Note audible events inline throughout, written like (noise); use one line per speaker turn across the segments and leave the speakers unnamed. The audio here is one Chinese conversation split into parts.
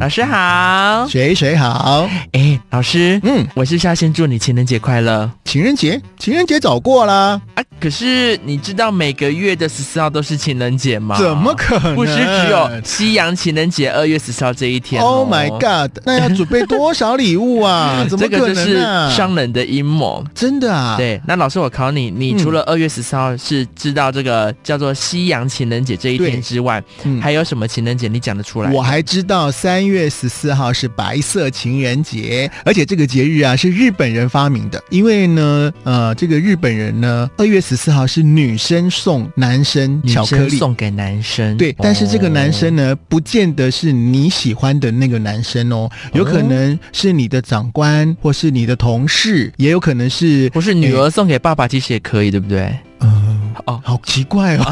老师好，
谁谁好？
哎，老师，
嗯，
我是不是要先祝你情人节快乐
情人节，情人节早过啦，
啊！可是你知道每个月的十四号都是情人节吗？
怎么可能？
不是只有西洋情人节二月十四号这一天、哦、
？Oh my god！那要准备多少礼物啊？怎么
(laughs) 这
可
个就是
能啊？
商人的阴谋。
真的啊？，
对，那老师，我考你，你
嗯
除了二月十四号是知道这个叫做西洋情人节这一天
对
之外，
嗯
还有什么情人节你讲得出来？
我还知道三月十四号是白色情人节，而且这个节日啊是日本人发明的，因为呢，呃，这个日本人呢，二月十四号是女生送男生
女
巧克
生
力。
送给男生，
对，但是这个男生
嗯哦
呢，不见得是你喜欢的那个男生哦，有可能是你的长官，或是你的同事，也有可能是
不是女儿送给爸爸，其实也可以，对不
(laughs)
对？
呃，
哦，
好奇怪哦，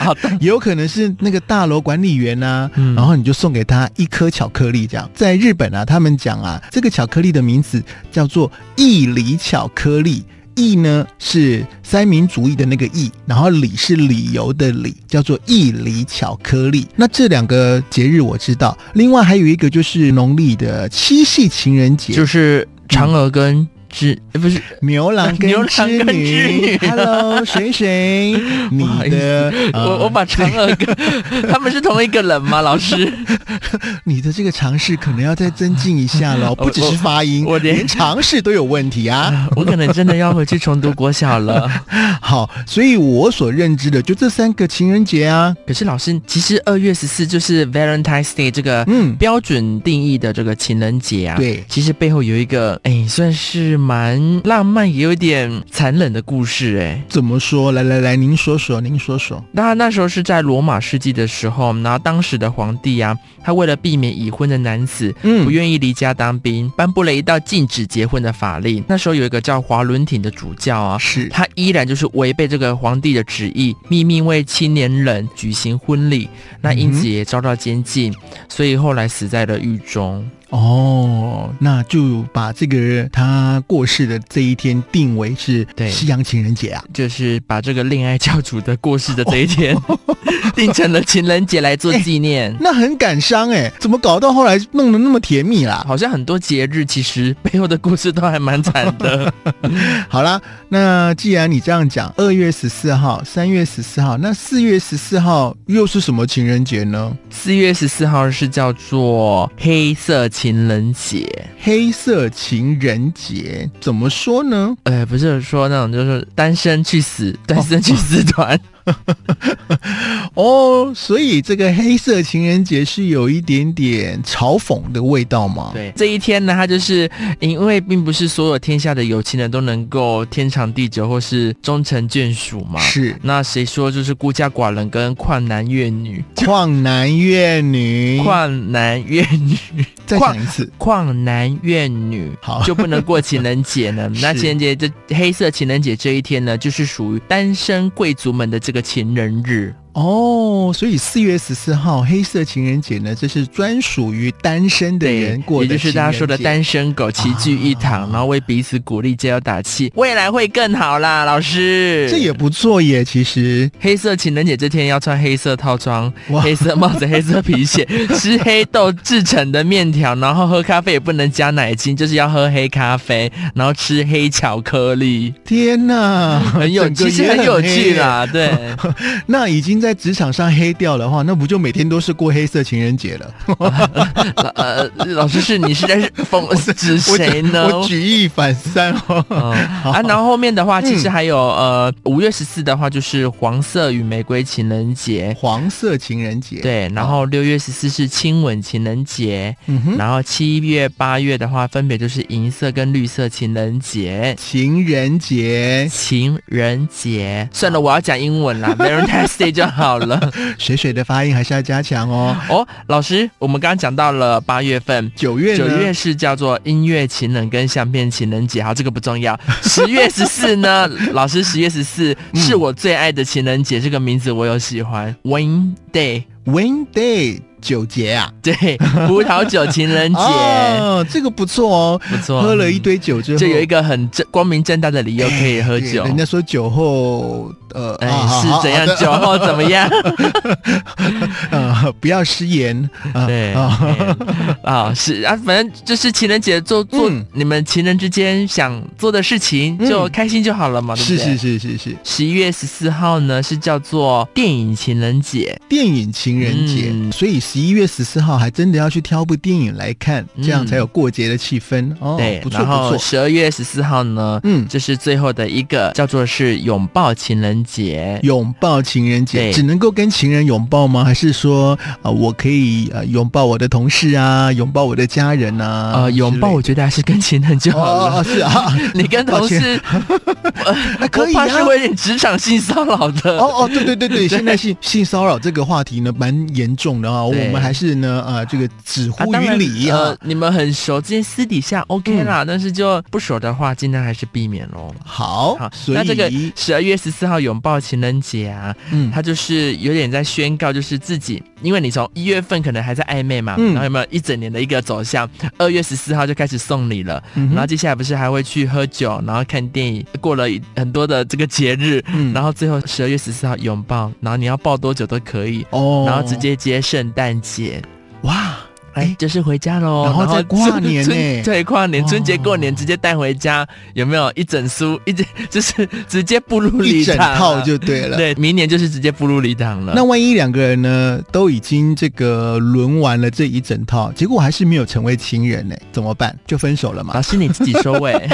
好的，
(laughs) 也有可能是那个大楼管理员啊呐、 (laughs)
嗯
然后你就送给他一颗巧克力，这样。在日本啊，他们讲啊，这个巧克力的名字叫做义理巧克力。义呢是三民主义的那个义，然后理是理由的理，叫做义理巧克力。那这两个节日我知道，另外还有一个就是农历的七夕情人节，
就是嫦娥跟织，
嗯
诶不是
牛郎
(laughs)
跟
牛郎
织
跟织
女
女
，Hello，水水，你
好意思
的
(laughs)
呃
我，我把嫦娥
(laughs)
跟他们是同一个人吗？老师，
你的这个尝试可能要再增进一下喽，
(laughs) 我
不只是发音，
我我连
连尝试都有问题啊。
我可能真的要回去重读国小了。
(laughs) 好，所以我所认知的就这三个情人节啊，
可是老师，其实二月十四就是 Valentine's Day 这个
嗯，
标准定义的这个情人节啊。。
对，
其实背后有一个，哎，算是蛮浪漫，也有点残忍的故事，哎。
怎么说？来来来，您说说，您说说。
那那时候是在罗马世纪的时候，然后当时的皇帝啊，他为了避免已婚的男子
嗯
不愿意离家当兵，颁布了一道禁止结婚的法令。那时候有一个叫华伦廷的主教啊，
是
他依然就是违背这个皇帝的旨意，秘密为青年人举行婚礼，那因
嗯
此
哼
也遭到监禁，所以后来死在了狱中。
哦，那就把这个他过世的这一天定为是
对
西洋情人节啊。
就是把这个恋爱教主的过世的这一天， (laughs) 定成了情人节来做纪
(laughs)
念。
那很感伤哎、怎么搞到后来弄得那么甜蜜啦？
好像很多节日其实背后的故事都还蛮惨的。
好啦，那既然你这样讲，二月十四号、三月十四号，那四月十四号又是什么情人节呢？
四月十四号是叫做黑色情人节，
黑色情人节怎么说呢？ (laughs)
呃，不是说那种就是单身去死，单身去死
(laughs)
团，
哦，所以这个黑色情人节是有一点点嘲讽的味道吗？，
对，这一天呢，它就是因为并不是所有天下的有情人都能够天长地久或是终成眷属嘛。
是
那谁说就是孤家寡人跟旷男怨女？
旷男怨女。
旷男怨
(laughs)
女，
再讲一次。
旷男怨女。
好，
就不能过情人节
(laughs)
呢
哦是？
那情人节这黑色情人节这一天呢，就是属于单身贵族们的这个情人日。
哦，所以四月十四号黑色情人节呢，这是专属于单身的人过
也
的情
就是
人节，
大家说的单身狗齐聚一堂，然后为彼此鼓励、加油打气，未来会更好啦，老师。
这也不错耶，其实
黑色情人节这天要穿黑色套装、
哇
黑色帽子、黑色皮鞋， (laughs) 吃黑豆制成的面条，然后喝咖啡也不能加奶精，就是要喝黑咖啡，然后吃黑巧克力，
天呐，
(laughs) 很有，
整个
其实
也
很有趣
黑耶。
啦， (laughs) 对。
那已经在职场上黑掉的话，那不就每天都是过黑色情人节了？
老呃，老师是你是在 (laughs) 讽指
我举
谁呢？
我举一反三哦。 (laughs)
嗯 (laughs) 啊，然后后面的话，其实
嗯
还有、呃，五月十四的话就是黄色与玫瑰情人节，
黄色情人节，，
对，然后六月十四是亲吻情人节，
嗯哼，
然后七月、八月的话，分别就是银色跟绿色情人节。
情人节，
情人节，
哦
算了，我要讲英文啦，Valentine's Day 就好了。 (laughs)
水水的发音还是要加强哦。
哦，老师，我们刚刚讲到了八月份，
九月呢
九月是叫做音乐情人跟相片情人节，好，这个不重要。十月十四呢，老师，十月十四是我最爱的情人节，这个名字我有喜欢。Win Day，
，Win Day 九节啊，
对，葡萄酒情人节，
哦，这个不错哦。
不错，嗯
喝了一堆酒之后，
就有一个很正光明正大的理由可以喝
对
酒。
人家说酒后，呃，
哎
啊，好
是
好
怎
好
样
的
酒后怎么样？
(laughs) 呃，不要失言啊。
对
啊
哎啊，是啊，反正就是情人节做做
嗯
你们情人之间想做的事情，
嗯
就开心就好了嘛，对不
是
对？
是是是是，
十一月十四号呢是叫做电影情人节，
电影情人节，
嗯
所以十一月十四号还真的要去挑部电影来看，这样
嗯
才有过节的气氛哦。
对，
不错
然
不
后
错，
十二月十四号呢，
嗯，
这是最后的一个叫做是拥抱情人节，
拥抱情人节
对
只能够跟情人拥抱吗？还是说啊、呃我可以呃拥抱我的同事啊，拥抱我的家人啊？
呃，拥抱我觉得还是跟情人就
之类的
好
哦
了。
哦是
(laughs)
啊，
你跟同事，
那可以
我怕是
啊。
会有点职场性骚扰的。
哦哦，对对对对，现在性性骚扰这个话题呢，蛮严重的啊、我
对
们还是呢，呃，这个止
啊
乎
当
于
然
理啊。
呃，你们很熟，今天私底下 OK 啦，但是就不熟的话，尽量还是避免喽。
好，
好，
所以
那这个十二月十四号拥抱情人节啊，
嗯，
他就是有点在宣告，就是自己，因为你从一月份可能还在暧昧嘛，
嗯
然后有没有一整年的一个走向？二月十四号就开始送礼了，
嗯哼
然后接下来不是还会去喝酒，然后看电影，过了一很多的这个节日，
嗯
然后最后十二月十四号拥抱，然后你要抱多久都可以，
哦，
然后直接接圣诞节。
哇，
哎
哎，
就是回家喽，
然后再跨
春
年
春
呢
对，跨年、
哦
春节、过年直接带回家，有没有一整书一整就是直接步入
一
礼
整
堂啊
套就对了。
对，明年就是直接步入礼堂了。
那万一两个人呢，都已经这个轮完了这一整套，结果还是没有成为情人呢，怎么办？就分手了嘛
老。师你自己收尾。
(laughs)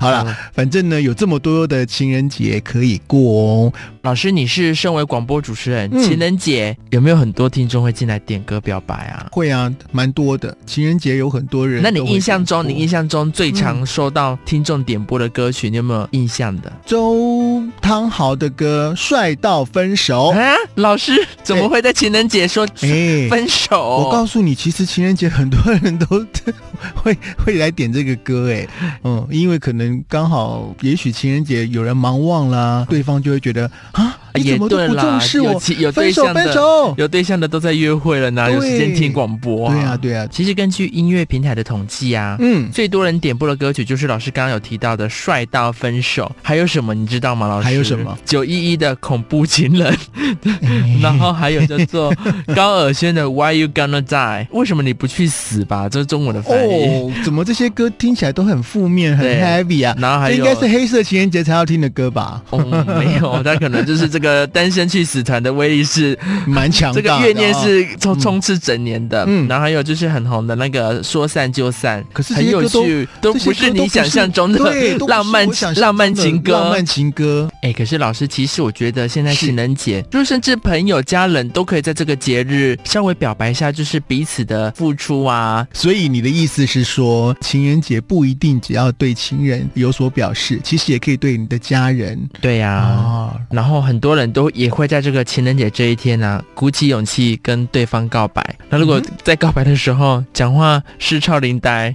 好啦，
嗯
反正呢有这么多的情人节可以过哦。
(laughs) 老师你是身为广播主持人，
嗯
情人节有没有很多听众会进来点歌表白啊？
会啊，蛮多的。情人节有很多人都
那
会
你
点播。
印象中，你印象中最常收到听众点播的歌曲，你有没有印象的？
周汤豪的歌《帅到分手》
(laughs) 啊，老师怎么会在情人节说
嗯哦哎。
分手？
我告诉你，其实情人节很多人都 (laughs) 会会来点这个歌，哎，嗯，因为可能刚好，也许情人节有人忙忘啦，对方就会觉得啊，你
哎也
怎么都
对
不
啦，
重视
有
我，
其有
分
对
手
象的
分手，
有对象的都在约会了，哪有时间
对
听广播、
对啊，。对啊，
其实根据音乐平台的统计啊， (laughs)
嗯，
最多人点播的歌曲就是老师刚刚有提到的《帅到分手》，还有什么你知道吗？老师
还有什么？
九一一的《恐怖情
(laughs)
人》然后还有叫做高尔宣的《Why You Gonna Die》。为什么你不去死吧？这是中文的翻译。
哦，怎么这些歌听起来都很负面，很
哎对哎
heavy 啊？
然后还
这
有
应该是黑色情人节才要听的歌吧？
(laughs) 哦，没
(laughs)
有，他可能就是这个单身去死团的威力是
蛮强大
这
的
个
啊
怨念。是充
嗯
充斥整年的，
嗯
然后还有就是很红的那个说散就散，
可是这
很
些
有
歌都
趣，都
这些
不是
歌
你想象中的
对都不是
浪漫
我想象中的
浪漫情歌
浪漫情歌，
哎、可是老师，其实我觉得现在
是
情人节，就是甚至朋友、家人都可以在这个节日稍微表白一下，就是彼此的付出啊。
所以你的意思是说，情人节不一定只要对情人有所表示，其实也可以对你的家人
对呀、
啊。
然后很多人都也会在这个情人节这一天呢、啊鼓起勇气跟对方告白。那
嗯
如果在告白的时候、讲话是超龄呆，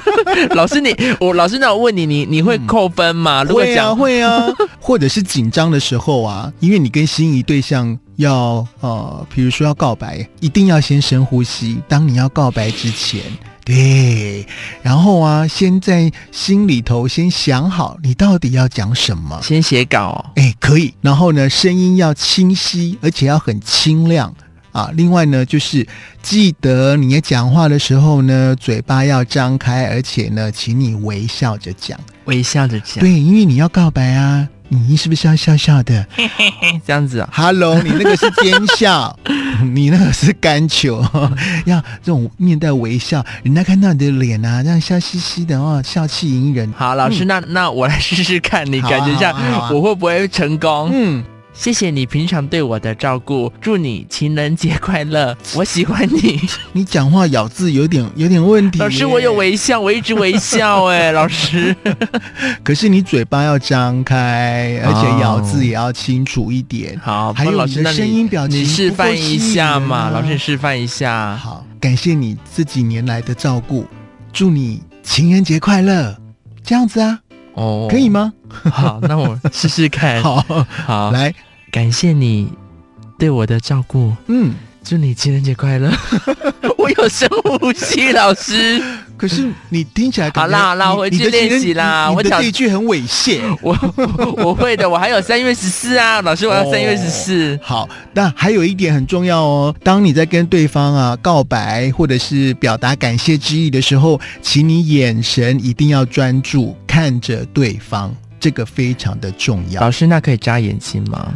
(laughs) 老师你我老师那我问你，你你会
嗯
扣分吗？如果
会啊，
讲
会啊， (laughs) 或者是紧张的时候啊，因为你跟心仪对象要呃，比如说要告白，一定要先深呼吸。当你要告白之前，对，然后啊，先在心里头先想好你到底要讲什么。
先写稿哦、
哎，可以。然后呢，声音要清晰，而且要很清亮啊。另外呢，就是记得你讲话的时候呢，嘴巴要张开，而且呢，请你微笑着讲。
微笑着讲，
对，因为你要告白啊，你是不是要笑笑的
这样子啊、
(laughs) ？Hello，你那个是奸笑， (laughs) 你那个是干球， (laughs) 要这种面带微笑，人家看到你的脸啊，这样笑嘻嘻的哦，笑气迎人。
好，老师，那那我来试试看，你
好啊
感觉一下、
嗯好啊好啊
我会不会成功？
嗯，
谢谢你平常对我的照顾，祝你情人节快
(laughs)
乐，我喜欢你。
你讲话咬字有点有点问题耶。
老师，我有微笑，我一直微笑、
(laughs)
哎，老师，
可是你嘴巴要张开，而且咬字也要清楚一点。
好，
还有
哦老
你
师，
的
那
声
你
音表情
你示范一下嘛，
不够吸引人啊
老师你示范一下。
好，感谢你这几年来的照顾，祝你情人节快乐。这样子啊，
哦，
可以？
(laughs)
吗？
好，那我试试看。
(laughs) 好，
好，
来，
感谢你对我的照顾，
嗯，
祝你情人节快
(laughs)
乐。我有深呼吸，老师，
(laughs) 可是你听起来感觉
好啦好啦
你
我回去
你的情人
练习啦
你你
我
的
讲
这一句很猥亵。
我我会的，我还有三月十四啊，老师，我要三月十四。
好，那还有一点很重要哦。当你在跟对方啊告白或者是表达感谢之意的时候，请你眼神一定要专注看着对方，这个非常的重要。
老师，那可以眨眼睛吗？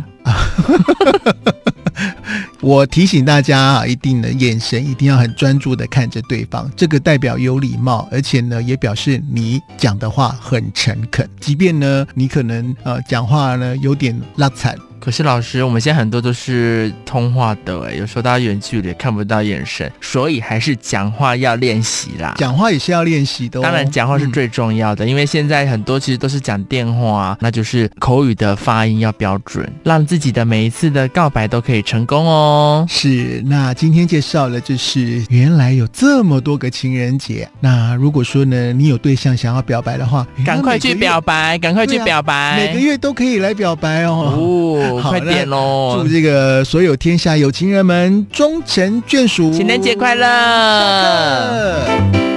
我提醒大家啊，一定的眼神一定要很专注的看着对方，这个代表有礼貌，而且呢也表示你讲的话很诚恳。即便呢你可能呃讲话呢有点拉惨，
可是老师，我们现在很多都是通话的、哎，有时候大家远距离看不到眼神，所以还是讲话要练习啦。
讲话也是要练习的、哦。
当然，讲话是最重要的，因为现在很多其实都是讲电话，那就是口语的发音要标准，让自己的每一次的告白都可以成功哦。
是，那今天介绍了，就是原来有这么多个情人节。那如果说呢，你有对象想要表白的话，诶
赶快去表，白，赶快去表
那
白，
啊每个月每个月都可以来表白哦。
哦，
好
快点喽
祝！这个所有天下有情人们终成眷属，
情人节快
下
乐！
课！